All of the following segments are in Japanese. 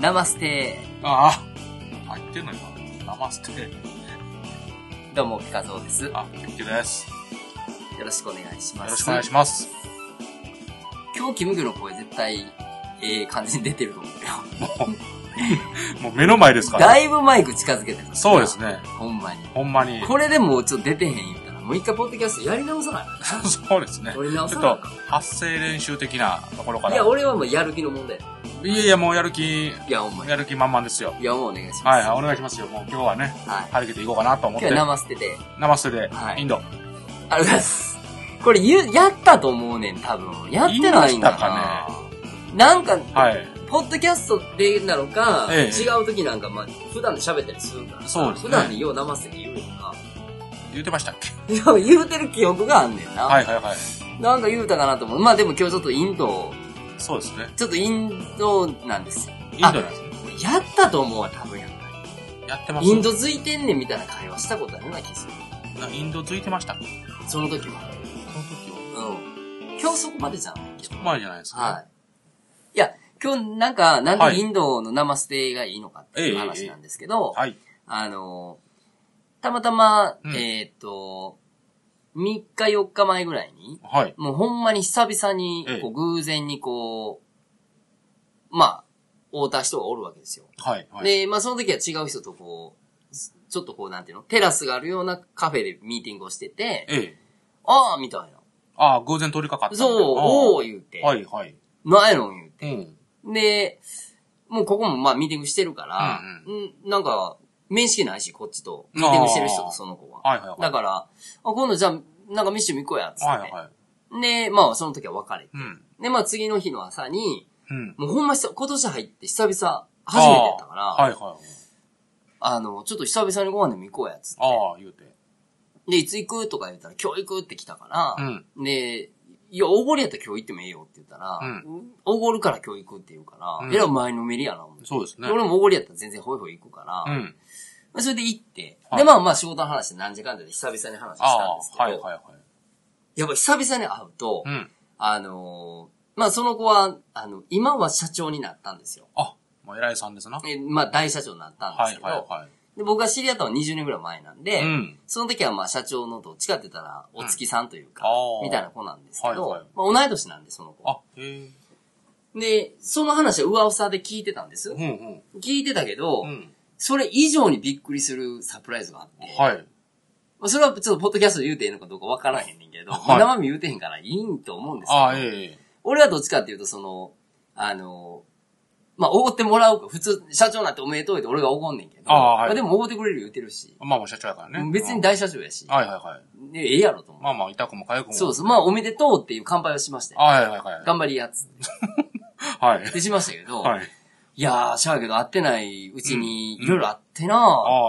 ナマステああ、入ってんの今。ナマステ。どうも、ピカゾーです。よあ、ピッケです。よろしくお願いします。ろしくお願いします。今日、キムグロ声絶対、ええ感じに出てると思うよ。もう目の前ですから。だいぶマイク近づけてる。そうです。ね。ほんまに。ほんまに。これでもうちょっと出てへん言ったら、もう一回ポッドキャストやり直さない。 そうですね。取り直ちさょっなといか。、発声練習的なところから。いいや、俺はもうやる気の問題。やいや、もうやる気、いや、ほんまに。やる気満々ですよ。いや、もうお願いします。はい、はいはお願いしますよ。もう今日はね、い。張り切っていこうかなと思っ今日はて。ナマステで、ナマステでは、いインド。ありがとうございます。これ言う、やったと思うねん、多分。やってないんだな。なんか、はい。ポッドキャストでなのか、ええ違う時なんか、まあ、普段で喋ったりするからさそうですね普段でよう生せて言うのか。言ってましたっけでも言うてる記憶があんねんな。はいはいはい。なんか言うたかなと思う。まあでも今日ちょっとインド、そうですね。ちょっとインドなんですよ。インドなんですね。やったと思うわ、多分やっぱやってまり。すインド付いてんねんみたいな会話したことあるような気がする。なインドついてましたっけその時は。その時は。うん。今日そこまでじゃないけど。前じゃないですか。はい。いや、今日なんか、なんはでいインドのナマステがいいのかっていうえええ話えなんですけど、はい。あの、たまたま、うんえーっと、3日4日前ぐらいに、はい。もうほんまに久々にええ、こう偶然にこう、まあ、会うた人がおるわけですよ。はい。はい。で、まあその時は違う人とこう、すちょっとこうなんていうの、テラスがあるようなカフェでミーティングをしてて、ええ。ああみたいな。ああ、偶然通りかかった。そう、おおおー言うて、はい、はい。なんやろん言ううて。ん。で、もうここもまあミーティングしてるから、ううんなんか、面識ないし、こっちと。ミーティングしてる人とその子は。はい、はい、はだい。から、あ、今度じゃあ、なんかミッション行こうや、つって。はい、はい。で、まあ、その時は別れて。うん。で、まあ、次の日の朝に、うん。もうほんま久今年入って久々、初めてやったから、あ,、はい、はい。の、ちょっと久々にご飯でも行こうや、つって。ああ、言うて。で、いつ行くとか言ったら、今日行くって来たかうら、ん。で、いや、おごりやったら今日行ってもええよって言ったら、うおごるから今日行くって言うから、うんえらい前のめりやな、思ってそうですね。で俺もおごりやったら全然ホイホイ行くから、うん。まあそれで行って、はいで、まあまあ仕事の話で何時間で久々に話しあたあんですけ、ど、はい、はい、はい。やっぱ久々に会うと、うん。あのーまあその子は、あの、今は社長になったんですよ。あ、もう偉いさんですな。はい、えまあ大社長になったんではすい、けど、はで僕が知り合ったのは20年ぐらい前なんい。で、うん。その時はまあ社長のどっちかって言ったら、お月さんというか、うんあーみたいな子なんですけど、はいはいまあ同い年なんで、その子。あ、へえ。で、その話は上噂で聞いてたんですう。ん、聞いてたけど、うん。うん。それ以上にびっくりするサプライズがあって、はい。まあ、それはちょっとポッドキャストで言うていいのかどうかわからへんねんけど、はい生身言うてへんからいいんと思うんですけど、ああ、ええ。俺はどっちかっていうと、その、あの、まあ、おごってもらうか、普通、社長なんておめでとう言って俺がおごんねんけど、ああはいまでもおごってくれる言うてるし、まあまあ、社長やからね。別に大社長やし、はい、はい、はい。ねええやろと思う。まあまあ、痛くも痒くも。。そうそうう、まあ、おめでとうっていう乾杯をしましたよ。はい、はい、は頑張りやつっい。 はい。てしましたけど、い、はい。やー、しゃあけど会ってないうちに、うんいろいろあってな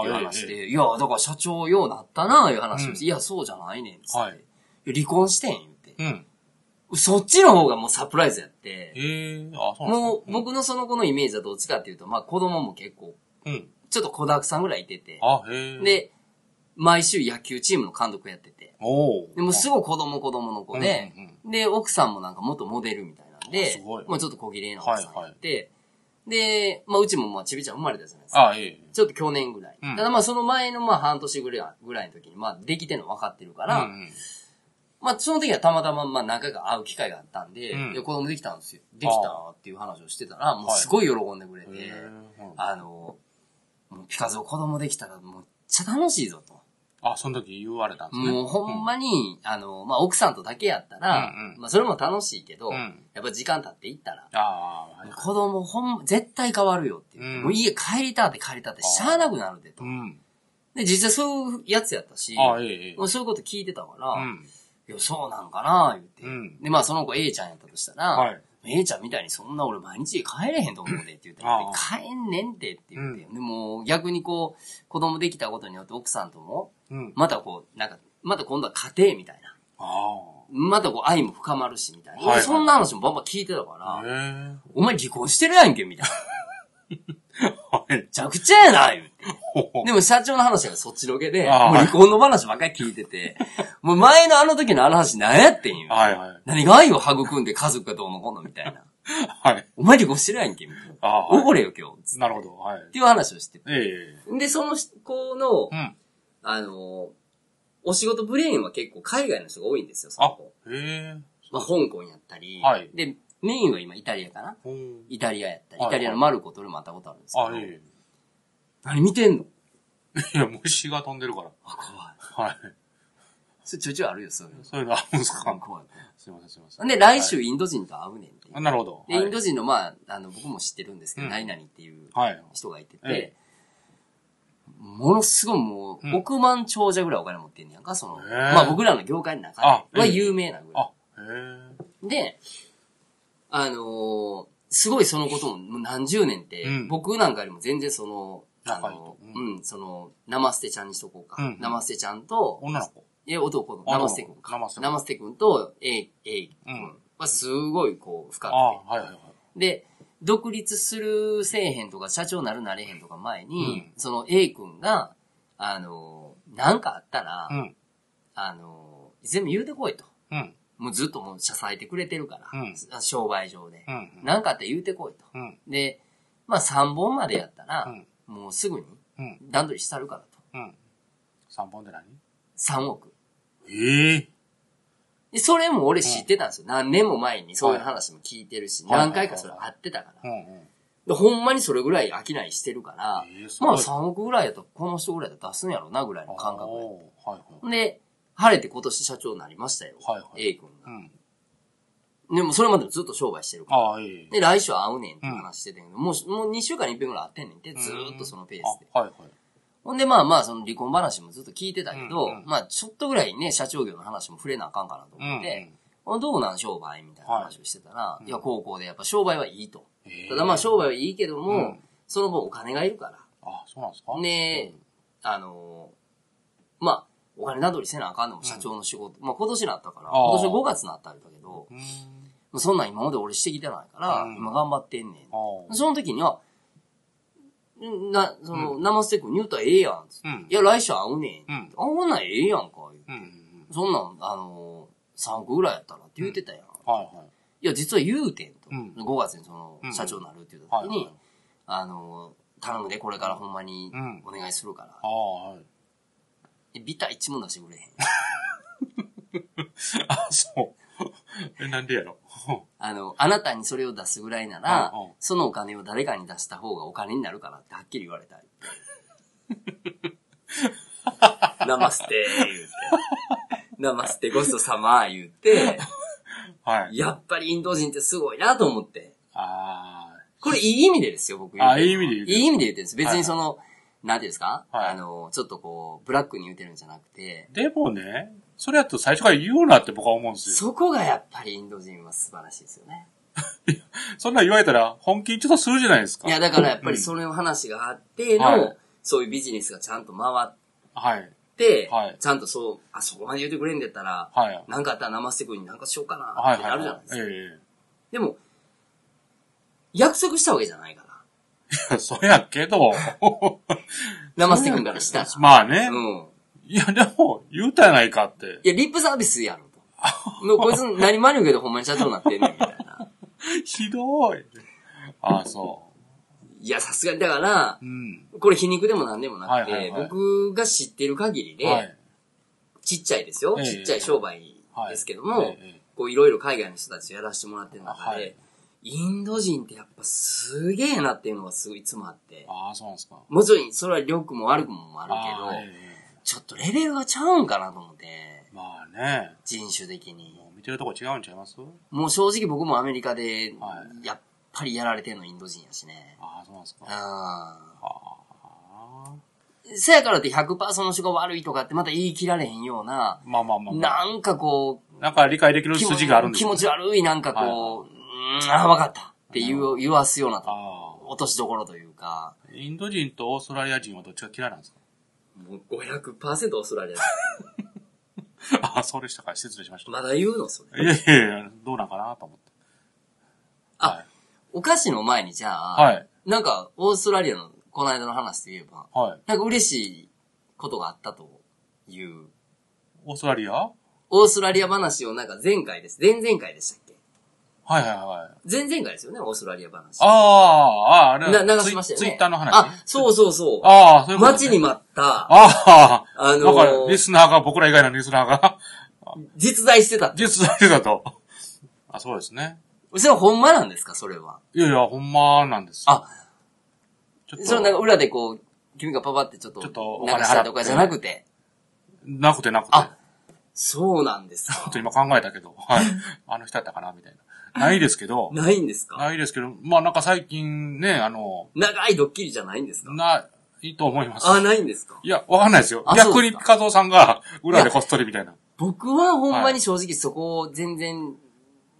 ーっていうああ話で、えいやー、だから社長ようなったなーいう話をして、うんいや、そうじゃないねんっつって、はいいや離婚してん言って。うん。そっちの方がもうサプライズやって、ええ、あ、そうなんもう、僕のその子のイメージはどっちかっていうと、まあ子供も結構、うん。ちょっと子だくさんぐらいいてて、あ、へえ。、で、毎週野球チームの監督やってて、おお。でもうすごい子供子供の子で、うんうんうんで、奥さんもなんか元モデルみたいなんあすで、ごいもうちょっと小綺麗な奥さんやって、で、まあうちもまあちびちゃん生まれたじゃないですか。ああ、ええ。ちょっと去年ぐらい。うんただまあその前のまあ半年ぐらいぐらいの時に、まあできてるの分かってるから、うんうんまあ、その時はたまたま、まあ、何回か会う機会があったんで、うんいや子供できたんですよ。できたっていう話をしてたら、もうすごい喜んでくれて、へえうんあの、もうピカゾ子供できたら、もうめっちゃ楽しいぞと。あ、その時言われたんですね。もうほんまに、あの、まあ、奥さんとだけやったら、うんうんまあ、それも楽しいけど、うんやっぱ時間経っていったら、ああ、はい。子供ほんま、絶対変わるよっていう。うんもう家帰りたって帰りたってしゃあなくなるでとう。ん。で、実際そういうやつやったし、ああ、ええ、ええ。もうそういうこと聞いてたから、うん。いや、そうなんかな言って。うんで、まあ、その子 A ちゃんやったとしたら、はい。 A ちゃんみたいにそんな俺毎日帰れへんと思うでって言って、あ帰んねんてって言って、でも逆にこう、子供できたことによって奥さんとも、うん。またこう、なんか、また今度は家庭みたいな。あまたこう愛も深まるしみたいな。はいはいそんな話もバンバン聞いてたから、あ。へお前離婚してるやんけみたいな。え。はいめちゃくちゃやな言うて。ほほ。でも社長の話がそっちのけで、もうあはい離婚の話ばっかり聞いてて、もう前のあの時のあの話何やってんよ。はいはい。何が愛を育んで家族がどうのこうのみたいな。はい。お前離婚してるやんけ、みたいな。ああ、おはごれよ、今日。い。なるほど。はいっ。ていう話をしてて。ええで、その子のう、ん。あの、お仕事ブレインは結構海外の人が多いんですよ、その子。えまあ、香港やったり、はいで、メインは今イタリアかなえうん。イタリアやったり、はイいタリアのマルコと俺も会ったことあるんですけど、あ、え何見てんのえ。いや、虫が飛んでるから。あ、怖い。はい。それちょいちょいあるよ、そういうの。そういうのあるんです怖いか怖い。すいません、すいませほんん。で、来週インド人と会うねんっていうあなるほど。で、はいインド人の、まあ、あの、僕も知ってるんですけど、うん何々っていうはい。人がいてて、えものすごいもうう、ん億万長者ぐらいお金持ってんねやんか、その、へえまあ僕らの業界の中ではあええ有名なぐらい。あ、へえ。で、あのーすごいそのことももう何十年って、うん僕なんかよりも全然その、あ仲いいのと、う、うんその、ナマステちゃんにしとこうか。うんナマステちゃんと、女の子。え、男のあナマステ君か。ナマステ君ナマステ君と、えい、えい君はすごいこう、深くあて。はいはいはい。で、独立するせえへんとか、社長なるなれへんとか前に、うその A 君が、あのー、なんかあったら、うん。あのー、全部言うてこいと。うん。もうずっともう支えてくれてるから、うんあ商売上でう。ん。なんかあって言うてこいと。うん。で、まあ3本までやったら、うんもうすぐにうん。段取りしたるからと。うん。3本で何3億。ええ。で、それも俺知ってたんですよ。何年も前にそういう話も聞いてるし、はい何回かそれ会ってたから。うんうん。で、ほんまにそれぐらい商いしてるから、ええ、すまごあい。 3億ぐらいやとこの人ぐらいだと出すんやろうなぐらいの感覚で。おーはいはい。で、晴れて今年社長になりましたよ。はいはい。 A 君うが。ん。でもそれまでもずっと商売してるから。ああ、ええ。で、来週会うねんって話してたけど、もう、もう2週間に一遍ぐらい会ってんねんって、ずーっとそのペースで。あはいはい。ほんで、まあまあ、その離婚話もずっと聞いてたけど、うんうんまあ、ちょっとぐらいね、社長業の話も触れなあかんかなとうんう思ん。って、どうなん商売みたいな話をしてたら、いい、うんや、高校でやっぱ商売はいいと。ええただまあ、商売はいいけども、うんその分お金がいるから、あ、そうなんですかねえあのーまあ、お金などりせなあかんのも社長の仕事、まあ今年なったから、ああ今年の5月なったんだけど、うん。うんまあそんなん今まで俺してきてないから、うん今頑張ってんねん。ああ。その時には、んな、その、生ステ君に言ったらええやん。つってうんいや、来週会うねん。うあん、ほんなんええやんか。うんうんうん。そんなん、あのー、3億ぐらいやったらって言ってたやん。はいはい。いや、実は言うてんと。うん5月にそのう、ん社長になるって言ったはい時はに、い。あのー、頼むで、これからほんまにうんお願いするから。ああ、はい。えビタ一も出してくれへん。あ、そう。 え、なんでやろ。あの、あなたにそれを出すぐらいならうんうん、そのお金を誰かに出した方がお金になるからってはっきり言われた い。ナマステー言うて。ナマステごちそうさま言うて、はい。やっぱりインド人ってすごいなと思って。あこれいい意味でですよ、僕あ。あ、いいい意味で言ういい意味で言ってるんです。別にその、なんていうんですか、はいあの、ちょっとこう、ブラックに言うてるんじゃなくて、でもね、それやと最初から言うなって僕は思うんですよ。そこがやっぱりインド人は素晴らしいですよね。そんなん言われたら本気ちょっとするじゃないですか。いや、だからやっぱりそれの話があっての、はいそういうビジネスがちゃんと回っはい。て、はいちゃんとそう、あ、そこまで言ってくれんでったら、はい。なんかあったら生してくになんかしようかなはっいてはいなるじゃないはでい。すえか。えでも、約束したわけじゃないから。いや そやけど。生してくんからしたら。まあねう。ん。いや、でも、言うたやないかって。いや、リップサービスやろ と。のこいつ何マニュけどほんまに社長になってんねんみたいな。 ひどい。ああ、そいや、さすがに、だからう。、うん。これ皮肉でも何でもなくて、はいはいはい僕が知ってる限りで、はい。ちっちゃいですよ、ええちっちゃい商売ですけども、ええこういろいろ海外の人たちをやらせてもらってる中で、はいインド人ってやっぱすげえなっていうのがすごいいつもあって、ああ、そうなんですか。もちろんそれは良くも悪くもあああるえけど、えちょっとレベルがちゃうんかなと思って、まあね。人種的に。もう見てるとこ違うんちゃいますもう正直僕もアメリカでは、やっぱりやられてんのインド人やしね。ああ、そうなんですか。うああ。ん。せやからって100%その人が悪いとかってまた言い切られへんような、まあまあまあまあ。なんかこう、なんか理解できる気持筋があるんです気よ持ち悪い、なんかこう、うーん、あ、わかったって言う、言わすようなあ落としどころというか。あ。インド人とオーストラリア人はどっちが嫌いなんですかもう500%オーストラリアです。 ああ、そうでしたか。失礼しました。まだ言うのそれ。いやいやいや、どうなんかなと思って。あ、お菓子の前にじゃあ、はい。なんかオーストラリアのこの間の話で言えば、はい。なんか嬉しいことがあったという、オーストラリアはオーストラリア話をなんか前回です。前々回でしたっけはいはいはい。前々回ですよね、オーストラリア話。ああ、ああ、あれな流しましたよね。ツイツイッターの話。あ、そうそうそう。ああ、そういうこと、ね。待ちに待った、ああ、あだからの、リー、スナーが、僕ら以外のリスナーが、 実在してたって。実在だと。あ、そうですね。それはほんまなんですか、それは。いやいや、ほんまなんですよ。あ、ちょっそれなんかと、裏でこう、君がパパってちょっと、ちょっとおな金払んかしってたとかじゃなくて。なくてなくて。あ、そうなんですちょかっと。今考えた けど、はい。あの人だったかな、みたいな。ないですけど、ないんですかないですけど、まあなんか最近ね、あの、長いドッキリじゃないんですかないと思います。あ、ないんですかいや、わかんないですよ。あそうですか逆にピカゾーさんが裏でこっそりみたいな。僕はほんまに正直そこを全然、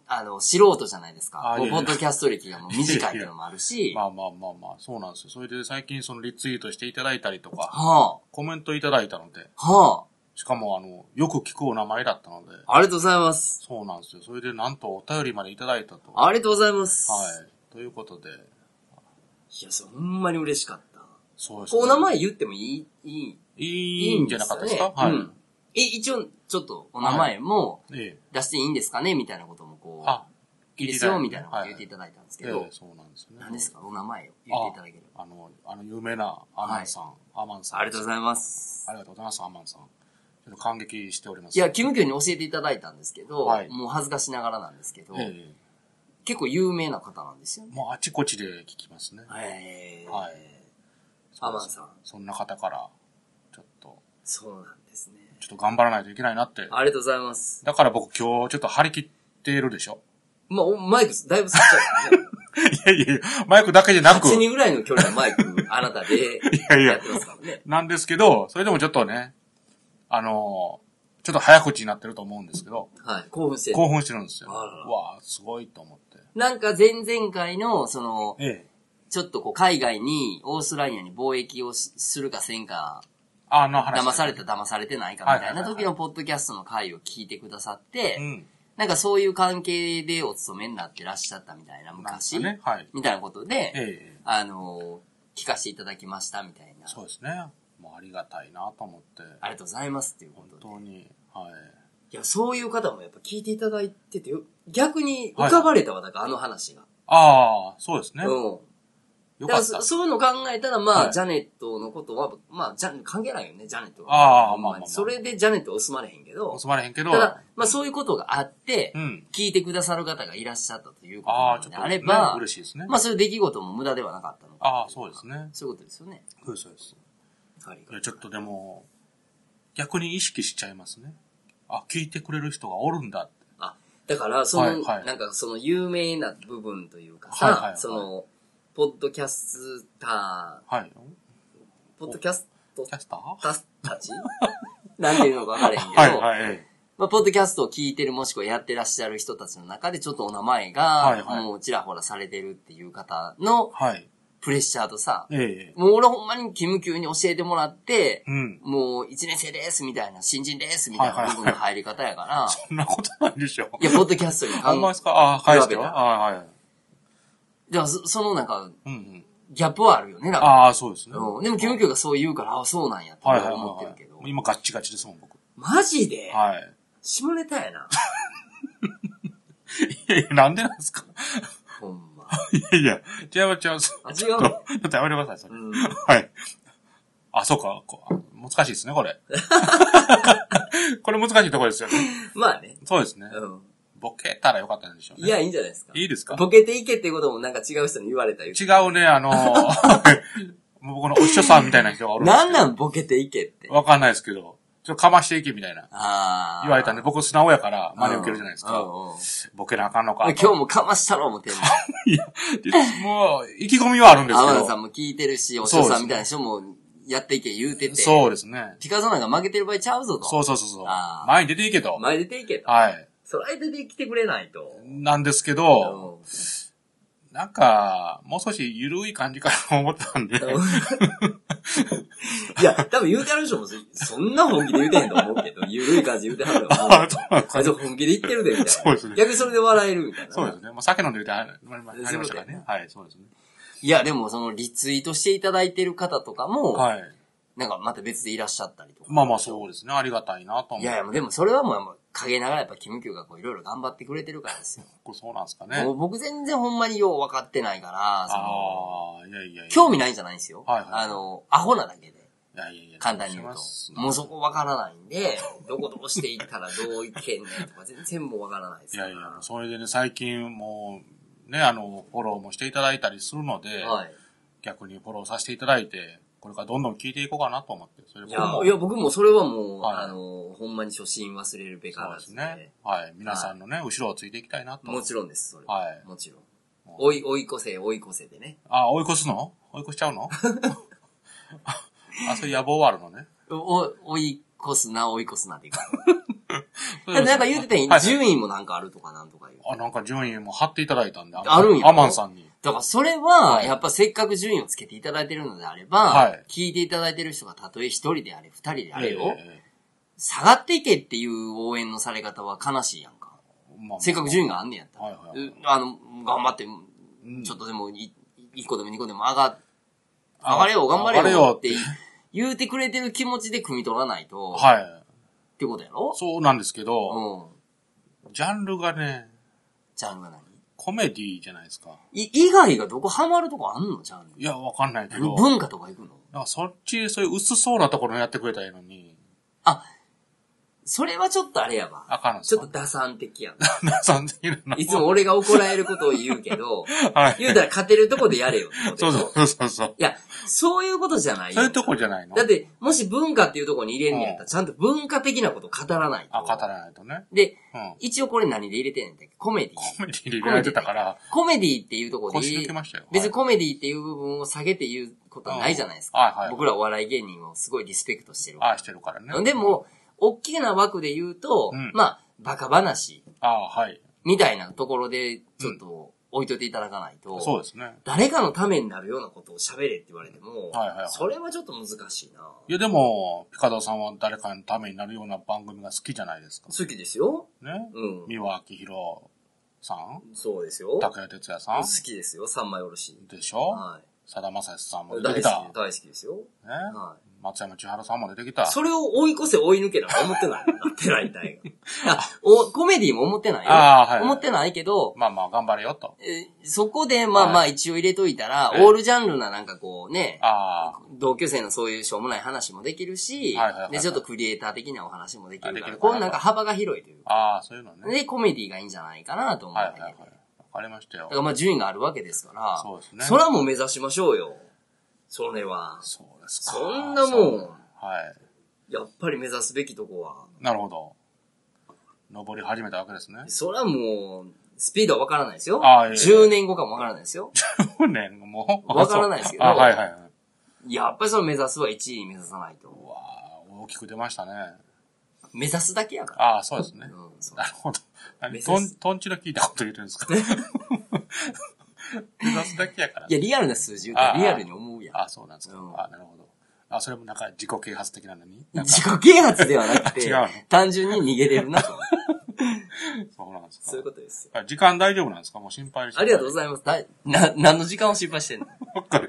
あの、素人じゃないですか。あいこやいうやポッドキャスト歴がもう短いっていうのもある し。まあまあまあまあ、そうなんですよ。それで最近そのリツイートしていただいたりとか、はコメントいただいたので、あ、はしかもあの、よく聞くお名前だったので、あ、ありがとうございます。そうなんですよ。それでなんとお便りまでいただいたと。はありがとうございます。い。ということで、い。や、それほんまに嬉しかった。そうですこうお名前言ってもいい、いい、いいんじゃなかったですかいいんよはい。ねうん。え、一応、ちょっとお名前もええ。出していいんですかねみたいなこともこあ、う、いいですよ、みたいなこと言っていただいたんですけええど、そうなんですね。何ですかお名前を言っていただければ。あの、あの、有名なアマンさん、アマンさん。ありがとううございます。ありがとうございます、アマンさん。ちょっと感激しております。いや、キムキョウに教えていただいたんですけど、はいもう恥ずかしながらなんですけど、ええ結構有名な方なんですよね。もうあちこちで聞きますね。えー、はいアマンさん。そんな方から、ちょっと、そうなんですね。ちょっと頑張らないといけないなって。ありがとうございます。だから僕今日ちょっと張り切ってるでしょ。まあ、おマイクだいぶ吸っちゃう、ね。 いやいやいや、マイクだけじゃなく、 8人ぐらいの距離のマイク、あなたでやいややってますからね。なんですけど、それでもちょっとね、あのーちょっと早口になってると思うんですけど、はい、興奮してる。興奮してるんですよ。あららわあすごいと思って。なんか前々回の、その、ええ。ちょっとこう海外に、オーストラリアに貿易をしするかせんか、あの話。騙された騙されてないかみたいな時のポッドキャストの回を聞いてくださって、うん。なんかそういう関係でお勤めになってらっしゃったみたいな、昔、なんですかね。はい。みたいなことええで、ええ。あの、聞かせていただきましたみたいな。そうですね。もうありがたいなと思って。ありがとうございますっていうこ本とで。当に。はい。いや、そういう方もやっぱ聞いていただいてて、逆に浮かばれたわ、だからあの話が。ああ、そうですね。うん。よだかからったそ。そういうの考えたら、まあ、はいジャネットのことは、まあ、ジャン関係ないよね、ジャネットは。ああほんまあまあまあそれでジャネットはまれへんけど、盗まれへんけどた、だ、まあそういうことがあって、うん。聞いてくださる方がいらっしゃったということああ、なちのょっでと、あね、れば、嬉しいですね。まあそういう出来事も無駄ではなかったのかああ、そうですね。そういうことですよね。そうです、そうです。はいいや、ちょっとでも、逆に意識しちゃいますね。あ、聞いてくれる人がおるんだって。あ、だから、その、はいはいなんかその有名な部分というかさ、はいはいはいその、ポッドキャスタはい。ー、ポッドキャストキャスターたたちなんていうのか分からへんけど、はい、はい、えまあ、ポッドキャストを聞いてるもしくはやってらっしゃる人たちの中でちょっとお名前はいが、はいもうちらほらされてるっていう方のえはい。プレッシャーとさ、ええええもう俺ほんまにキム級に教えてもらって、うん。もう一年生ですみたいな、新人ですみたいな部分の入り方やから、 そんなことないでしょ。いや、ポッドキャストにあんま考ですかああ、返して比べはたああ、はい。え、でもそそのなんか、うんうん。ギャップはあるよね、なんか。ああ、そうですね。うん、でも、キムキョがそう言うから、あそうなんやってはいはいはい思ってるけど。はい。今ガッチガチですもん、僕。マジで、はい。下ネタや な。いやいや、 なんでなんですかほんま。いやいや、違う 違う。そあ、違うう ちょっと、ちょっとやめてください、それ。うん。はい。あ、そうか。こ難しいですね、これ。これ難しいところですよね。まあね。そうですね。うん。ボケたらよかったんでしょうね。いや、いいんじゃないですか。いいですかボケていけってこともなんか違う人に言われたり。違うね、あの ー、僕のお師匠さんみたいな人がおるんですけなんど。なんボケていけって。わかんないですけど、ちょっとかましていけみたいな。ああ。言われたんで、うん。僕素直やから、真似受けるじゃないですうんか。うんボケなあかんのか。今日もかましたろ、思 ってんの。もう、意気込みはあるんですけ天野さんど。も聞いてるし、お師そう匠ですねさんみたいな人もやっていけ言うてて。そうですね。ピカソなんか負けてる場合ちゃうぞと。そうそうそうそうあ。ー前に出ていけと。前出ていけと。はい。そら出てきてくれないと。なんですけど、うんなんか、もう少し緩い感じかなと思ったんで。いや、多分言うてはる人もそ、そんな本気で言うてへんと思うけ ど、ゆるい感じで言うてはると思うあ、。そうなんですあいつ本気で言ってるで、みたいな。そうですね逆にそれで笑えるみたいな。 そうですね。もう酒飲んでるってありましたからね。はい、そうですね。いや、でもそのリツイートしていただいてる方とかも、はい。なんかまた別でいらっしゃったりとか。まあまあそうですね。ありがたいなと思。いうやいや、でもそれはもう、陰ながらやっぱキムキューがこういろいろ頑張ってくれてるからですよ。これそうなんですかねも。う僕全然ほんまによう分かってないから、そのああ、いやいやいや。興味ないんじゃないんですよ。はいはいあの、アホなだけで。いやいやいや簡単に言うしますと。もうそこわからないんで、どこどうしていったらどういけんねんとか全然もうわからないですいから。やいや、それでね、最近もう、ね、あの、フォローもしていただいたりするので、はい。逆にフォローさせていただいて、これからどんどん聞いていこうかなと思って、それい僕やも、いや僕もそれはもう、はいあの、ほんまに初心忘れるべかそうらでずすで、ね。はい。皆さんのね、後ろをついていきたいなと。もちろんです、それはいもちろん。うん追い、追い越せ、追い越せでね。あ、追い越すの追い越しちゃうのあ、そういう野望はあるのね。お、追い越すな、追い越すなっていう か。でなんか言うてたやんはい順位もなんかあるとかなんとか言う。あ、なんか順位も貼っていただいたんで、あるんやアマンさんに。だからそれは、やっぱせっかく順位をつけていただいてるのであれば、はい聞いていただいてる人がたとえ一人であれ、二人であれよ、ええ下がっていけっていう応援のされ方は悲しいやんか。まあせっかく順位があんねやったら。はいはいはいうあの、頑張って、うんちょっとでも、い一個でも二個でも上が、あ上がれよ、頑張れよって上がれ言うてくれてる気持ちで汲み取らないと、はい。ってことやろそうなんですけど、う。ん。ジャンルがね、ジャンルは何コメディじゃないですか。い、以外がどこハマるとこあんのジャンいや、わかんないけル。ど。文化とか行くのなんかそっち、そういう薄そうなところやってくれたらいいのに、あ、それはちょっとあれやあわ。かんのでちすょっかと打算的やん。皆さん的な。いつも俺が怒られることを言うけど、はい。言うたら勝てるとこでやれよってことそうやろそうそうそう。いや、そういうことじゃないよそういうとこじゃないのだって、もし文化っていうところに入れんねやったら、ちゃんと文化的なこと語らないと。あ、語らないとね。で、うん。一応これ何で入れてんねんだっけコメディ。コメディで入れられてたから、コメディっていうところで腰抜けましたよ。別にはいコメディっていう部分を下げて言うことはないじゃないですうんはいかは。い僕らお笑い芸人をすごいリスペクトしてるわああしてるからね。でも、大きな枠で言うと、うんまあ、バカ話ああ、はい。みたいなところで、ちょっと置いといていただかないと、そうですね。誰かのためになるようなことを喋れって言われても、はいはいはい。それはちょっと難しいないやでも、ピカドさんは誰かのためになるような番組が好きじゃないですか。好きですよ。ね。うん。三輪明宏さんそうですよ。高谷哲也さ好んきですよ、三枚おろし。でしょはさだまさしさんもい。出て大きた好き、。大好きですよ。ね。はい。松山千春さんも出てきた。それを追い越せ追い抜けなんか思ってない。なってない、大 が。あ、お、コメディも思ってないよ。あーはい思ってないけど、まあまあ、頑張れよと。えそこで、まあまあ一応入れといたら、ええオールジャンルななんかこうね、あ同級生のそういうしょうもない話もできるしはいはいは、いで、ちょっとクリエイター的なお話もできるあでかきら、るかこらうなんか幅が広いというか。あ、ああ、そういうのね。で、コメディがいいんじゃないかなと思うはいだはいけはいで。。わかりましたよだか。らまあ順位があるわけですから、そうですねそれはもう目指しましょうよ。それは。そうですか。そんなもんそうはい。やっぱり目指すべきとこは。。なるほど。登り始めたわけですねそれはもう、スピードはわからないですよ。あいえいえ10年後かもわからないですよ。去年もわからないですけどあ、はいはいはい。やっぱりその目指すは1位に目指さないと。うわあ大きく出ましたね。目指すだけやから。ああ、そうですうね。ん、そうなるほど。何目指とんす、とんちの聞いたこと言ってるんですか 目指すだけやからい。や、リアルな数字言うたらリアルに思うやん。あそうなんですか。うんあなるほど。あ、それもなんか自己啓発的なのになんか自己啓発ではなくて違うの、単純に逃げれるなと。そうなんですか。そういうことですよ。あ時間大丈夫なんですかもう心配して。ありがとうございざいます。だな、何の時間を心配してんのます。ばっかり。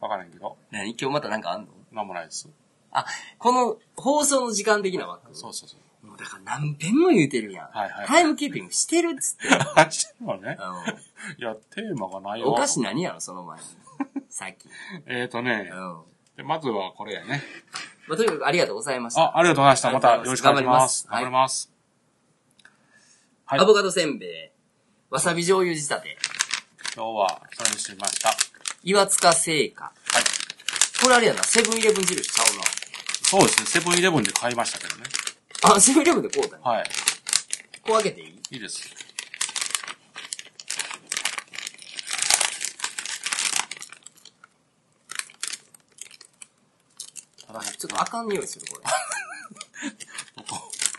わからんけど。何今日またなんかあんのなんもないです。あ、この放送の時間的な枠。そうそうそう。もうだから何遍も言うてるやん。はいはいタイムキーピングしてるっつって。話してるのね。あいや、テーマがないのよ。 お菓子何やろ、その前 に。さっき。えーとうねん。、までまずはこれやね。あ、とにかくありがとうございました。あ、ありがとうございました。またありよがとうごろしくざおいます願いします。頑張頑張りります。はい。ア今ボカドせんべい、わさび醤油仕立て、日はそれにしてみました。はい。岩塚製菓。これあれやな、セブンイレブン印ちゃそうですね。セブンイレブンで買いましたけどね。うな。あ、セブンイレブンでこうだね。はい。こう開けていいいいです。ただ、ちょっとあかん匂いする、これ。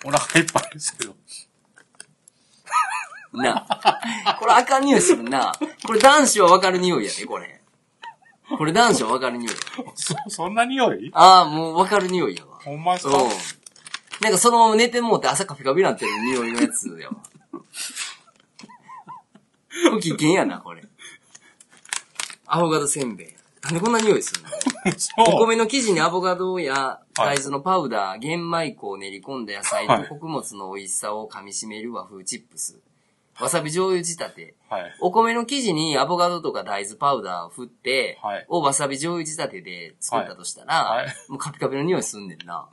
お腹いっぱいですけど。な あ。これあかん匂いするな。これ男子はわかる匂いやで、これ。これ男子はわかる匂い。そ、そんな匂いああ、もうわかる匂いやわ。ほんまですうんか。なんかそのまま寝てもうて朝カピカピなってる匂いのやつ やわ。 これ危険やな、これ。アボカドせんべい。なんでこんな匂いするのおそう。米の生地にアボカドやは大い豆のパウダー、玄米粉を練り込んだ野菜はとい穀物の美味しさを噛み締める和風チップス。わさび醤油仕立て。はい。お米の生地にアボカドとか大豆パウダーを振って、はいをわさび醤油仕立てで作ったとしたら、はいはいもうカピカピの匂いすんねんな。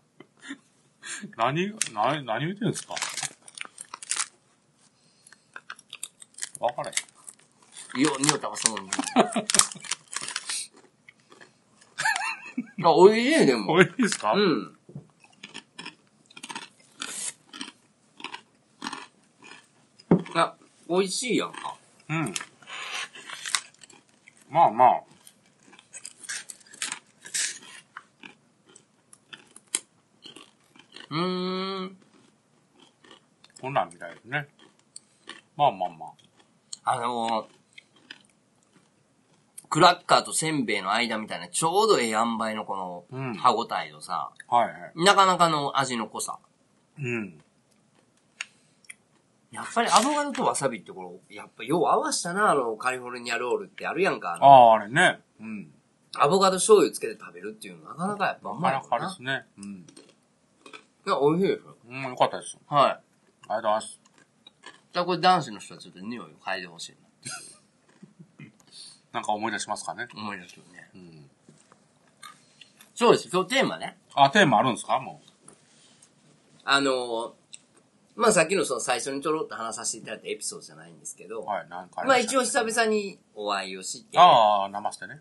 何、何、何言ってるんですかわかれへん。いや、匂ったわ、その匂い。あ、美味しい、でも。美味しいですかうん。あ、美味しいやんか。うん。まあまあ。うーん。こんなんみたいですね。まあまあまあのークラッカーとせんべいの間みたいな、ちょうどええ塩梅のこうのん、歯ごたえとさ、あ。はいはい。なかなかの味の濃さ。うん。やっぱりアボカドとわさびってこれ、やっぱよう合わしたな、あの、カリフォルニアロールってあるやんか。ああのあ、あれね。うん。アボカド醤油つけて食べるっていうの、なかなかやっぱうなかまいなよな。かですね。うん。いや、美味しいですよ。うん、よかったです。はい。ありがとうございます。じゃあこれ男子の人はちょっと匂いを嗅いでほしいなんか思い出しますかね。な。思いますよね。うん。そうです。今日テーマね。あ、テーマあるんですかもあのーまあさっきのその最初にちょろっと話させていただいたエピソードじゃないんですけど、う。はい、なんかまあ一応りした久々にお会いをして、ああ、生してね。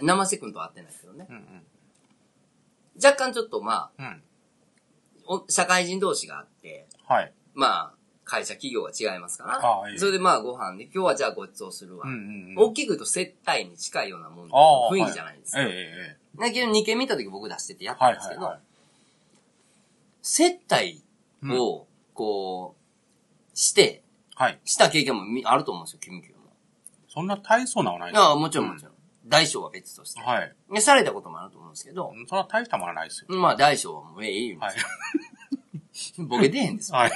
うん。生瀬くんとは会ってないけどね。うん若干ちょっとまうん。うん。あ、お社会人同士があって、はい。まあ、会社企業が違いますから、ああいいそれでまあご飯で、今日はじゃあごちそうするわ。うんうんうん。大きく言うと接待に近いようなもん、ああ雰囲気じゃないですか。えええええだけど2軒見た時僕出しててやっえ。はたんいですはけいど、はい。接待を、こう、して、はい。した経験もみあると思うんですよ、君君も。そんな大層なのはないですああ、もちろんもちろん。大小は別として。はい。ね、されたこともあると思うんですけど、そんな大したものはないですよ。まあ大小はもうええいいんではいす。よ。ボケてへんですよ。はい。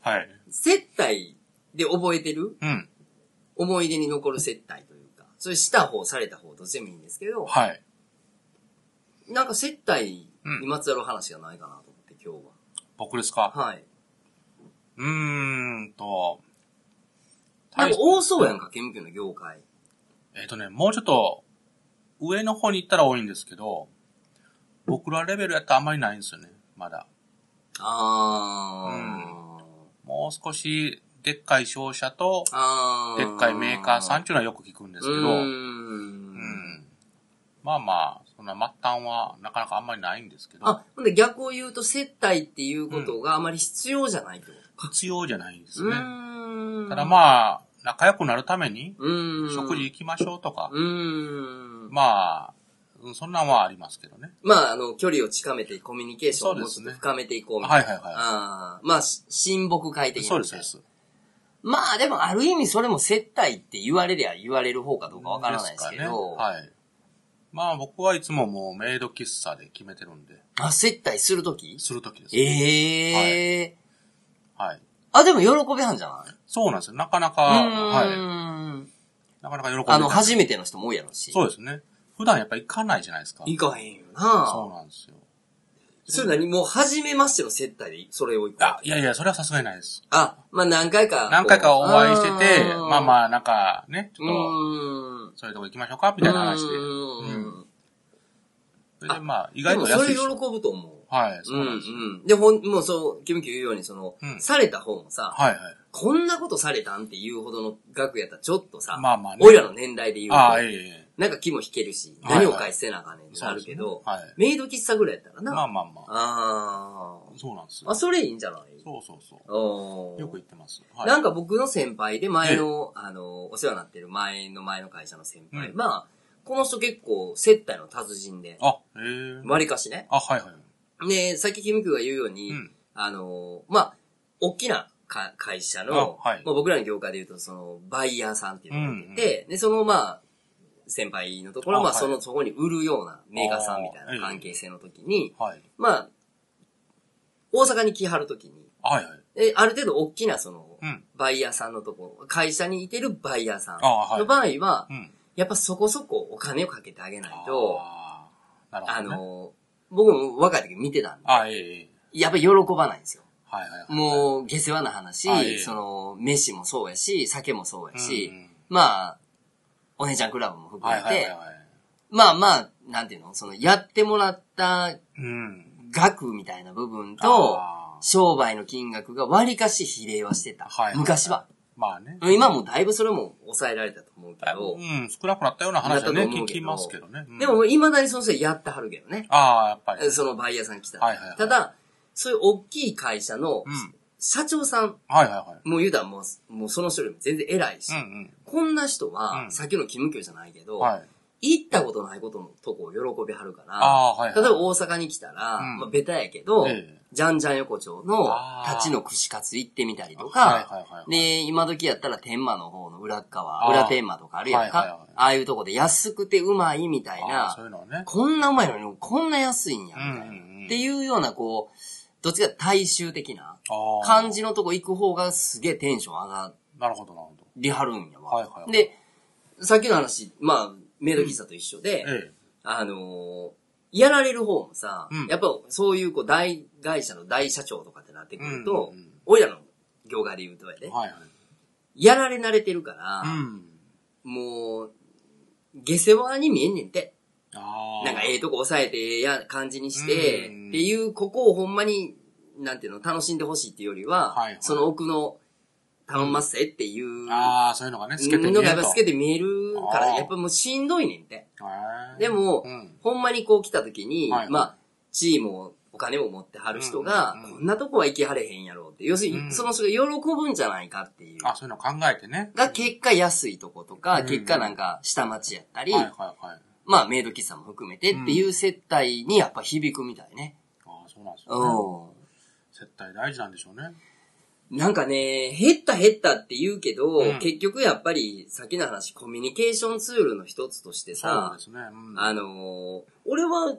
はい。 接待で覚えてるうん。思い出に残る接待というか、それした方、された方、どっちでもいいんですけど、はい。なんか接待にまつわる話がないかなと思って、今日僕ですかは。はい。うーんと、なん大か多そうやんか、君君の業界。えっ、とね、もうちょっと、上の方に行ったら多いんですけど、僕らレベルやったらあんまりないんですよね、まだ。あー。もう少し、でっかい商社と、あでっかいメーカーさんっでていうのはよく聞くんですけど、うー。うんん。まあまあ、そんな末端はなかなかあんまりないんですけど、あ、ほんで逆を言うと接待っていうことがあまり必要じゃないってこと必要じゃないんですうね。ーん。ただまあ、仲良くなるために、うーん。食事行きましょうとか、うーん。まあ、うんそんなんはありますけどね。まあ、あの、距離を近めて、コミュニケーションをもうちょっと深めていこうみたいな。はいはいはあーまあ、し親睦会い。的な。そうです、そうです。まあ、でも、ある意味それも接待って言われりゃ言われる方かどうかわからないですけかねど、はい。まあ僕はいつももうメイド喫茶で決めてるんで、あ接待するときするときです。ええはい。あ、でも喜びはんじゃないそうなんですよ。なかなか、うはい。ーんなかなか喜んであの、ない初めての人も多いやろし。そうですね。普段やっぱ行かないじゃないですか。行かへんよそうななんですよ。それ何もう、初めましての接待でそれを行くわあ、けいやいや、それはさすがにないです。あ、まあ何回か。何回かお会いしてて、まああまあなんかね、ちー。うょっーと、ん。そういうとこ行きましょうか、みたいな話で。うん。それでまあ、意意外とそ安れい喜し。ぶと思う。はい、うそんううなんですよ。ん。で、ほん、もうそう、キムキ言うように、その、うんされた方もさ、はいはい。こんなことされたんっていうほどの額やったらちょっとさ、まあまあね俺らの年代で言うと、ああ、いえいえ。なんか気も引けるし、はいはい何を返せなあかんねんってなるけど、そうですねメイド喫茶ぐらいやったらな。まあまあまあ。あそうなんですー。よあ、。それいいんじゃないそうそうそう。おーよく言ってます。はいなんか僕の先輩で前の、あの、お世話になってる前の前の会社の先輩うんまあこの人結構接待の達人で、あ、へえ。割かしね。あ、はいはい。で、さっきキムクが言うように、うんあの、まあ、大きなか会社の、あはいまあ、僕らの業界で言うと、その、バイヤーさんっていうのがいて、で、その、まあ、先輩のところは、あまあ、はいその、そこに売るようなメーカーさんみたいな関係性の時に、はい。まあ、大阪に来はる時に、はいはい。で、ある程度大きな、その、うん。バイヤーさんのところ、会社にいてるバイヤーさんあはいの場合は、うん。やっぱそこそこお金をかけてあげないと、あーなるほど、ね。あ、の、僕も若い時見てたんで、あええええやっぱり喜ばないんですよ。はいはいはい。もう、下世話な話あええ、その、飯もそうやし、酒もそうやしうんうん、まあ、お姉ちゃんクラブも含はいめはいてはい、はい。まあまあ、なんていうのその、やってもらったうん。額みたいな部分と、あー商売の金額が割かし比例はしてた。はい昔は。まあね。今はもうだいぶそれも抑えられたと思うけど、うん、少なくなったような話はね、だと思聞うけどきますけどね。うんでも、未だにその人やってはるけどね。ああ、やっぱり。そのバイヤーさん来たら。はいはいはいただ、そういう大きい会社のうん。社長さん、はいはいはい。もう言うたらもう、もうその人よりも全然偉いし、うんこんな人うは、んさっきのキム教じゃないけうど、ん。はい。行ったことないことのとこを喜びはるから、ああー、はいはい。例えば大阪に来たら、うんまあベタやけど、ええじゃんじゃん横丁のあー立ちの串カツ行ってみたりとか、はいはいはい。で、今時やったら天満の方の裏っあ側、ー裏天満とかあるやんか、はいはいはいああいうとこで安くてうまいみたいああそな、ういうのはね。こんなうまいのにこんな安いんや、みたいな、うんうんうんっていうようなこう、どっちかっていうと大衆的なああ。感。じのとこ行く方がすげえテンション上がなるほどなるほど。りはるんやわ。はいはいはいで、さっきの話、まあ、メイド喫茶と一緒で、ええ。あのーやられる方もさ、うんやっぱそういうこう大会社の大社長とかってなってくると、うんうんうん俺らの業界で言うとやで、はいはい。やられ慣れてるからう、ん。もう、下世話に見えんねんて。ああ。なんかええとこ抑えてええや感じにして、うんっていう、ここをほんまに、なんていうの、楽しんでほしいっていうよりは、はいはいその奥の、頼んますぜっていう、ああ、そういうのがね、透けのて見がえやっるぱと。透けて見えるかあら、ーやっぱもうしんどいねんって。へえでもうん。ほんまにこう来た時に、はいはいまあ、地位もお金も持ってはる人が、うんうんうんこんなとこは行きはれへんやろうって、要するうんに、その人が喜ぶんじゃないかっていう。あそういうの考えてね。が、結果安いとことか、うん結果なんか下町やったり、はいはいはい。まあ、メイド喫茶も含めてっていう接待にやっぱ響くみたいね。ああ、そうなんですよね。う接待大事なんでしょうね。ん。なんかね、減った減ったって言うけど、うん結局やっぱり、先の話、コミュニケーションツールの一つとしてそうさで、すね。うん。あのー俺は、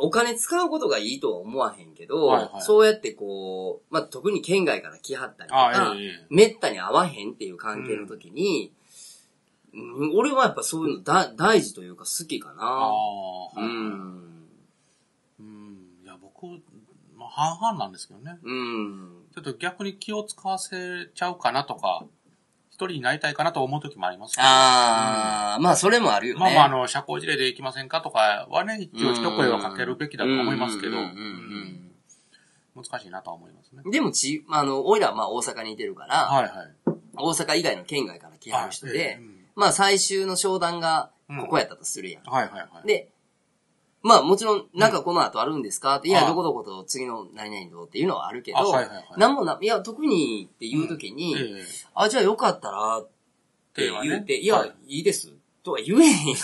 お金使うことがいいとは思わへんけど、はいはいそうやってこう、まあ、特に県外から来はったりとあかあ、ええええ、めったに会わへんっていう関係の時に、うん俺はやっぱそういうのだ大事というか好きかあな。。あ、はいうん。うん。いや、僕、まあ、半々なんですけどね。うん。ちょっと逆に気を使わせちゃうかなとか、一人になりたいかなと思う時もありますけどああ、まあそれもあるよね。まあまあ、あの、社交辞令で行きませんかとかはね、一応一声はかけるべきだと思いますけど、ううんうんん難しいなとは思いますねう。んでもち、まああの、おいらはまあ大阪にいてるから、はいはい。大阪以外の県外から来はる人はいで、まあ最終の商談がここやったとするやん。はいはいはい。で、まあもちろん、なんかこの後あるんですかって、いはや、いどこどこと次の何々どうっていうのはあるけあど、はいはいはいなんもな、いや、特にっていう時に、ええあ、じゃあよかったらってはね言って、いや、はい、いいですとは言えへ んやん。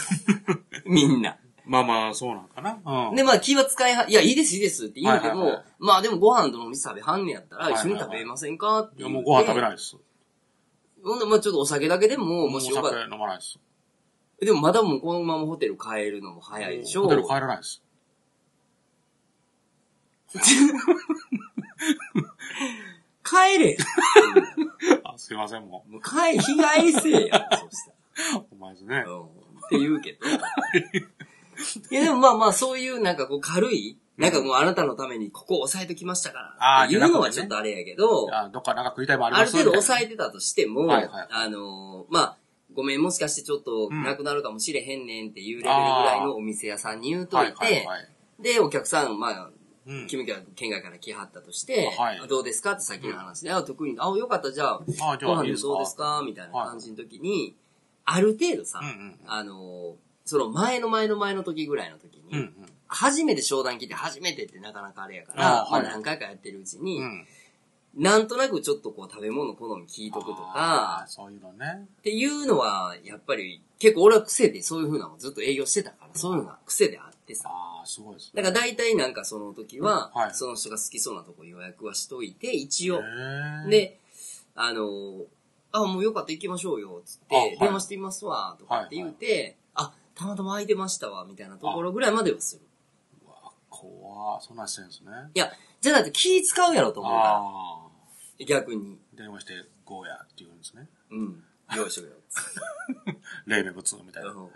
みんな。まあまあ、そうなんかな。うん。で、まあ気は使いは、いや、いいです、いいですって言うけど、はいはいはいまあでもご飯とお店食べはんねやったら、はいはい一緒に食べませんかってい言やうもうご飯食べないい。です。ほんで、まあちょっとお酒だけでも、もしよかっもうお酒飲まないです。たでもまだもうこのままホテル帰るのも早いでしょ。ホテル帰らないです。帰れあ、すいません、ももう 帰、日帰りせえや。そうしたう。お前ですねら。。うん。って言うけど。 いやでもまあまあそういうなんかこう軽い、なんかもうあなたのためにここ押さえときましたから。あーっていうのはちょっとあれやけど、あどっかなんか食いたいもんありあまるす程度抑抑えてたとしても、はいはいあのーまあ、ごめん、もしかしてちょっとうんなくなるかもしれへんねんっていうレベルぐらいのお店屋さんに言うといて、はいはいはい。で、お客さん、まあ、うん。君が県外から来はったとして、はいどうですかってさっきの話で、あ、特に、あ、よかった、じゃあ、あじゃごあ飯いいでですどうですかみたいな感じの時に、ある程度さ、うんうんあのーその前の前の前の時ぐらいの時に、うんうん。初めて商談来て初めてってなかなかあれやから、あはいまあ何回かやってるうちに、うん。なんとなくちょっとこう食べ物好み聞いとくとあーか、そういうのね。っていうのは、やっぱり結構俺は癖でそういう風なのずっと営業してたから、そういうのが癖であってさ。ああ、すごいですね。だから大体なんかその時は、はいその人が好きそうなとこ予約はしといて、一応。へー、で、あの、あ、もうよかった行きましょうよ、つっあはいて、電話してみますわ、とかって言って、あ、たまたま空いてましたわ、みたいなところぐらいまではする。うわ、怖ーそんなんしてるんですね。いや、じゃあだって気使うやろと思うかあら、逆に。あ、電話して、ゴーヤって言うんですね。うん。用意しとけよ。霊名物みたいな。うん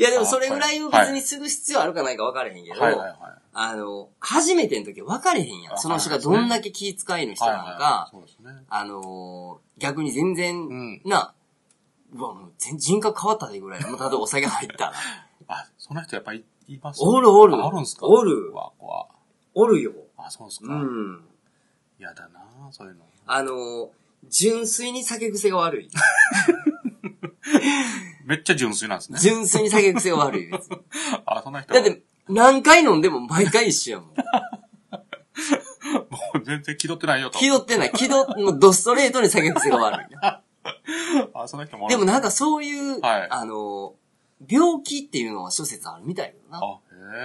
いやでもそれぐらいを別にする必要あるかないか分からへんけど、はいはいはい。あの、初めての時分かれへんやん。あその人がどんだけ気遣いの人はいなのはいはかい。、そうですね。あのー逆に全然、うんな、うわ、もう全人格変わったでぐらい。もう例えばお酒入ったら。あ、そんな人やっぱいいますおるおるああるんすかおるうわ、怖おるよ。あ、そうですか。うん。嫌だなぁそういうの。あのー純粋に酒癖が悪い。めっちゃ純粋なんですね。純粋に酒癖が 悪い。別にあ、そんな人だって、何回飲んでも毎回一緒やもん。もう全然気取ってないよと。気取ってない。気取、もうドストレートに酒癖が 悪い。あ、そんな人もおでるもなんかそういう、はいあのー病気っていうのは諸説あるみたいだな。あ、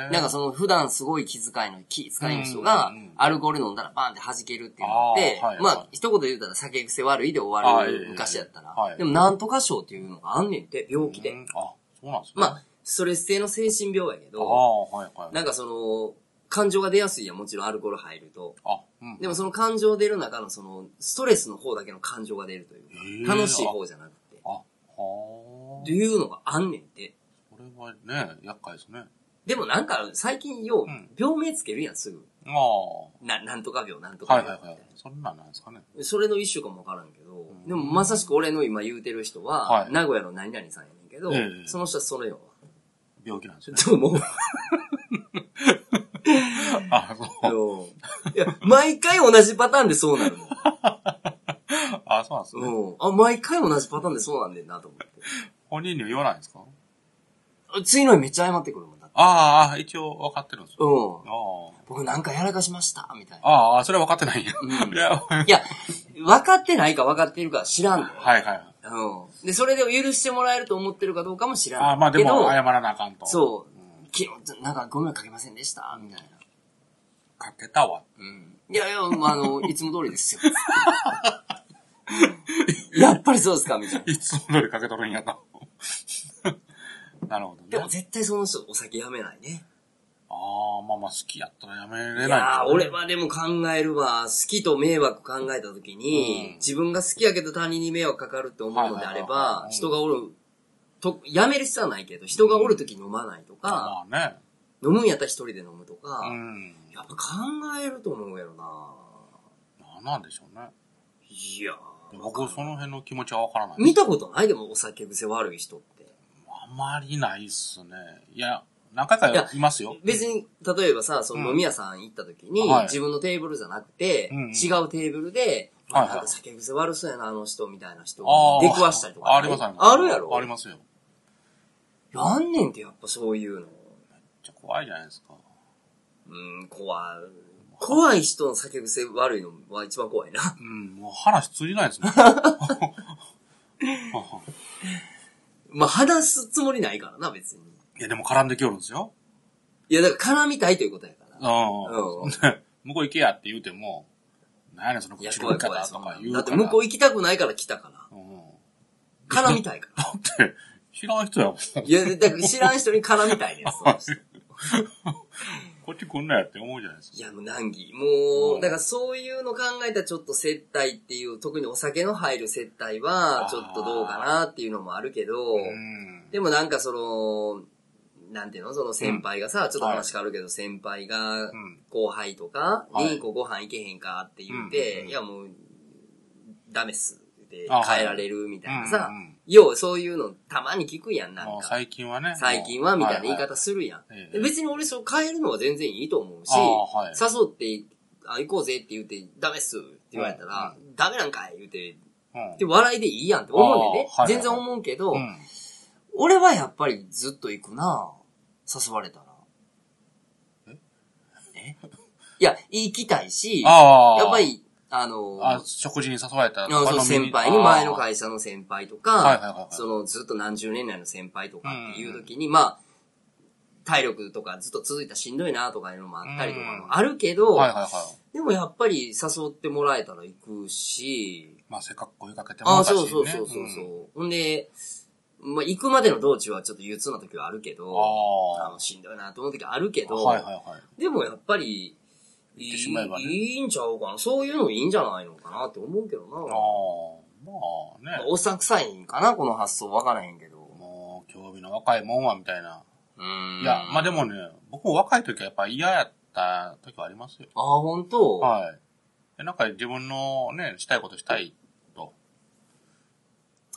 へえ。なんかその普段すごい気遣いの、気遣いの人がうんうんうん、アルコール飲んだらバーンって弾けるっていうのって、あーはいはいまあ一言で言うたら酒癖悪いで終わあーいえいるえ昔やったら、はいでもなんとか症っていうのがあんねんって、病気で。うんあ、そうなんですね。まあ、ストレス性の精神病やけあど、あ、はいはい。なんかその、感情が出やすいやんもちろんアルコール入ると。あ、うん。でもその感情出る中のその、ストレスの方だけの感情が出るというか、へー楽しい方じゃなくて、あ、はあ。こっていうのがあんねんって。れはね、厄介ですね。でもなんか最近よううん、病名つけるやん、すぐ。ああ。な、なんとか病、なんとかはい病。はいはい。そんなんなんですかね。それの一種かもわからんけど、んでもまさしく俺の今言うてる人は、はい名古屋の何々さんやねんけど、ええその人はそれよ。 病気なんですね。どう も。ああ、そう。のいや、毎回同じパターンでそうなるあ、そうなんですね。の。うん。あ、毎回同じパターンでそうなんねんなと思っ本人には言わないんですかて。次の日めっちゃ謝ってくるもんだって。ああ、一応分かってるんですよ。うん。あ僕なんかやらかしました、みたいあ。な。ああ、それは分かってないんや。うん いや、はいいや、分かってないか分かってるか知らんのよ。はいはい。うん。で、それで許してもらえると思ってるかどうかも知らん。ああ、まあでけども謝らなあかんと。う。そう。昨日、なんかご迷惑かけませんでした、みたいな。かけたわ。うんいやいや、まあ、あの、 いつも通り ですよ。やっぱりそうですかみたいな。いつも通りかけとるんやと。 なるほどでねも。絶対その人お酒やめないね。ああ、まあまあ好きやったらやめれないい。やー俺。はでも考えるわ。好きと迷惑考えた時に、うん自分が好きやけど他人に迷惑かかるって思うのであれはいはいはいばは、い人がおる、と、やめる必要はないけど、人がおる時に飲まないとか、まあね。飲むんやったら一人で飲むとか、うん。やっぱ考えると思うやろななんなんでしょうね。いやー僕、その辺の気持ちは分からない。見たことないでもお酒癖悪い人って。あまりないっすね。いや、何回かいますよ。別に、例えばさ、その飲み屋さん行った時に、はい自分のテーブルじゃなくて、うんうん違うテーブルで、はいはいあなんか酒癖悪そうやな、あの人みたいな人ああ。出くわしたりとか、ありますあります。あるやろありますよ。やんねんってやっぱそういうの。じゃ怖いじゃないですか。うん、怖い。怖い人の酒癖悪いのは一番怖いな。 うん、もう話通じないですね。まあ、話すつもりないからな、別に。いや、でも絡んできよるんですよ。いや、だから絡みたいということやから。うん。うん。向こう行けやって言うても、何やねんそのいや、口怖の言いい怖方い。とかそん言なだうから。って向こう行きたくないから来たかうんら。絡みたいから。だって、知らん人やもん。いや、だから知らん人に絡みたいです。その人こっち来んなやって思うじゃないですか。いや、もう難儀。もうう、んだからそういうの考えたらちょっと接待っていう、特にお酒の入る接待はあ、ーちょっとどうかなっていうのもあるけど、うん。でもなんかその、なんていうのその先輩がさ、ちょっとはい話変わるけど、先輩がうん後輩とかはに、いこうご飯行けへんかって言っうんうんて、うんいやもう、ダメっす。で、あはい変えられるみたいなさうんうん、ようそういうのたまに聞くやん、なんもうか。最近はね。最近はみたいな言いはは方するやん。ええで別に俺そう変えるのは全然いいと思うし、ああはい誘って、あ、行こうぜって言って、ダメっすって言われたら、ダメなんかい言うて、うんで、笑いでいいやんって思うねんでね。ああはいはい全然思うけど、うん。俺はやっぱりずっと行くな誘われたら。えいや、行きたいし、やっああ。ぱ。り、あの、あ、食事に誘われたあのその先輩に前の会社の先輩とか、はいはいはいはいそのずっと何十年来の先輩とかっていう時に、まあ、体力とかずっと続いたらしんどいなとかいうのもあったりとかもあるけど、をはいはいはい。でもやっぱり誘ってもらえたら行くし、まあ、せっかく声かけてもあらあ、ったし、ね。そうそうそうそうそう、ほんで、まあ、行くまでの道中はちょっと憂鬱な時はあるけど、あーのしんどいなと思う時はあるけど、はいはいはい。でもやっぱり、いってしまえばねいいんちゃうかな。そういうのいいんじゃないのかなって思うけどな。ああ、まあね。おっさん臭いんかなこの発想わからへんけど。もう、曜日の若いもんは、みたいな。うん。いや、まあで。もね、僕も若い時はやっぱ嫌やった時はありますよ。ああ、本当はい。でなんか自分のね、したいことしたいと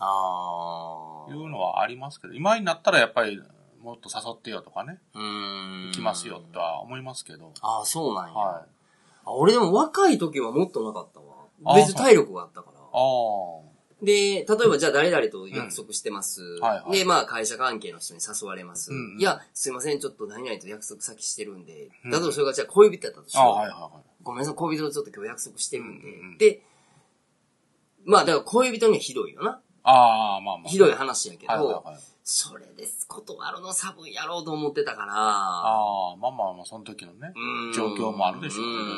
ああ。いうのはありますけど、今になったらやっぱりもっと誘ってよとかね、うん。行きますよとは思いますけど。ああ、そうなんや。はい。あ俺でも若い時はもっとなかったあわ。別に体力があったから。ああ。で、例えばじゃあ誰々と約束してます。はいはいで、まあ会社関係の人に誘われます。うんうんいや、すいません、ちょっと何々と約束先してるんで。うんだとそれがじゃあ恋人だったとしああ、よう。はいはいはごめんなさい、恋人とちょっと今日約束してるんで。うんうんうんで、まあだから恋人にはひどいよな。い。ああ、まあまあ。ひどいい話やけど、はいはいはい。それです、断るの寒いやろうと思ってたから。ああ、まあまあまあ、その時のね。うん状況もあるでしょうねうんいろいろ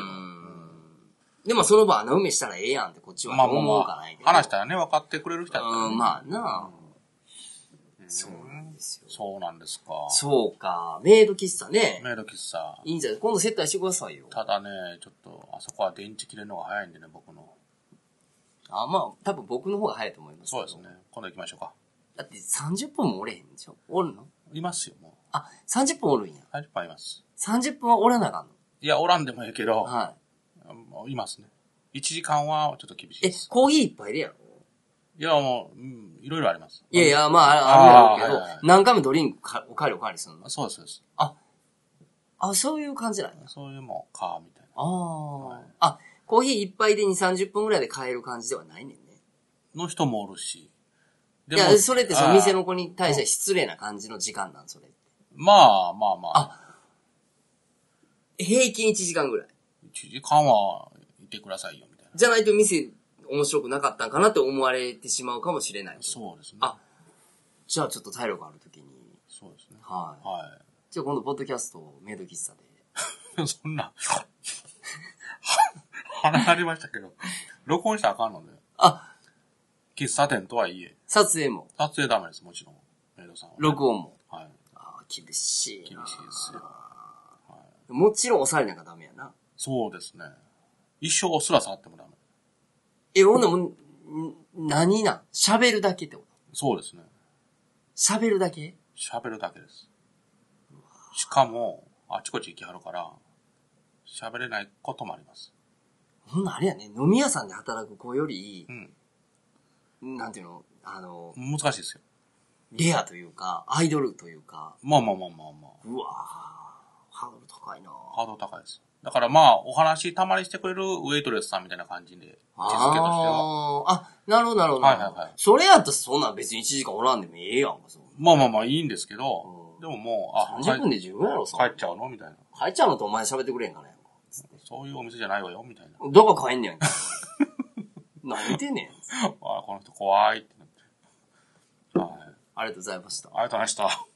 でもその場穴埋めしたらええやんってこっちまはあまあ思うかまないあ、話しら。たらね、分かってくれる人やったらうねん、まあなうんそうなんですよ。そうなんですか。そうか。メイド喫茶ね。メイド喫茶。いいんじゃない今度接待してくださいよ。ただね、ちょっと、あそこは電池切れるのが早いんでね、僕の。あ、まあ、多分僕の方が早いと思います。そうですね。。今度行きましょうか。だって30分もおれへんでしょおるのいますよ、もあ、30分おるんや。う。30分います。 30分はおらなあかんいや、おらんでもいいけの。ど、はうんいますね。1時間はちょっと厳しいい。えで、す。コーヒー一杯でやろいや、もう、うんいろいろあります。いやいや、まあ、あるやろうあーはいけはいど、何回もドリンクかおかわりおかわりするのあ。そうです、そうです。あ、そういう感じなんや。そういうもんか、みたいああ、はいあ、コーヒー一杯で2、30分ぐらいで買える感じではないねんね。な。の人もおるし。いでや、それってその店。あのー子に対して失礼な感じの時間なん、それ。まあまあまあ。あ平均1時間ぐらい。 1時間はいてくださいよ、みたいな。じゃないと店面白くなかったんかなって思われてしまうかもしれない。そうですね。あじゃあちょっと体力あるときに。そうですね。はい。はじゃあ今度、ポッドキャスト、メイド喫茶で。い。 そんな、は鼻鳴りましたけど、録音したらあかんので、あ、喫茶店とはいえ、撮影も、撮影ダメです、もちろん。メイドさんは、録音も。はい。あー厳しい厳な。しいですよ。もちろん押さえなきゃダメやな。そうですね。一生すら触ってもダメ。え、ほんならもう、ん何なん喋るだけってことそうですね。喋るだけ喋るだけです。しかも、あちこち行きはるから、喋れないこともあります。ほんならあれやね、飲み屋さんで働く子よりう、ん。なんていうの、あの、難しいですよ。レアというか、アイドルというか、まあまあまあまあまあ。うわーハードル高いなハードル高いです。だからまあ、お話たまにしてくれるウェイトレスさんみたいな感じで、手あ付けとしては。ーあ、なるほど、なるほど。はいはいはいそれやったらそんなん別に1時間おらんでもええやんか、そんなまあまあまあいいんですけどう、んでももう、あ、 30帰分で十分やろ、そん帰なんっちゃうのみたいな。帰っちゃうのとお前喋ってくれへんからやんか。そういうお店じゃないわよみたいな。どこ帰んねや んか。何言ってんねん。あこの人怖いってなって。はい。ありがとうございました。ありがとうございました。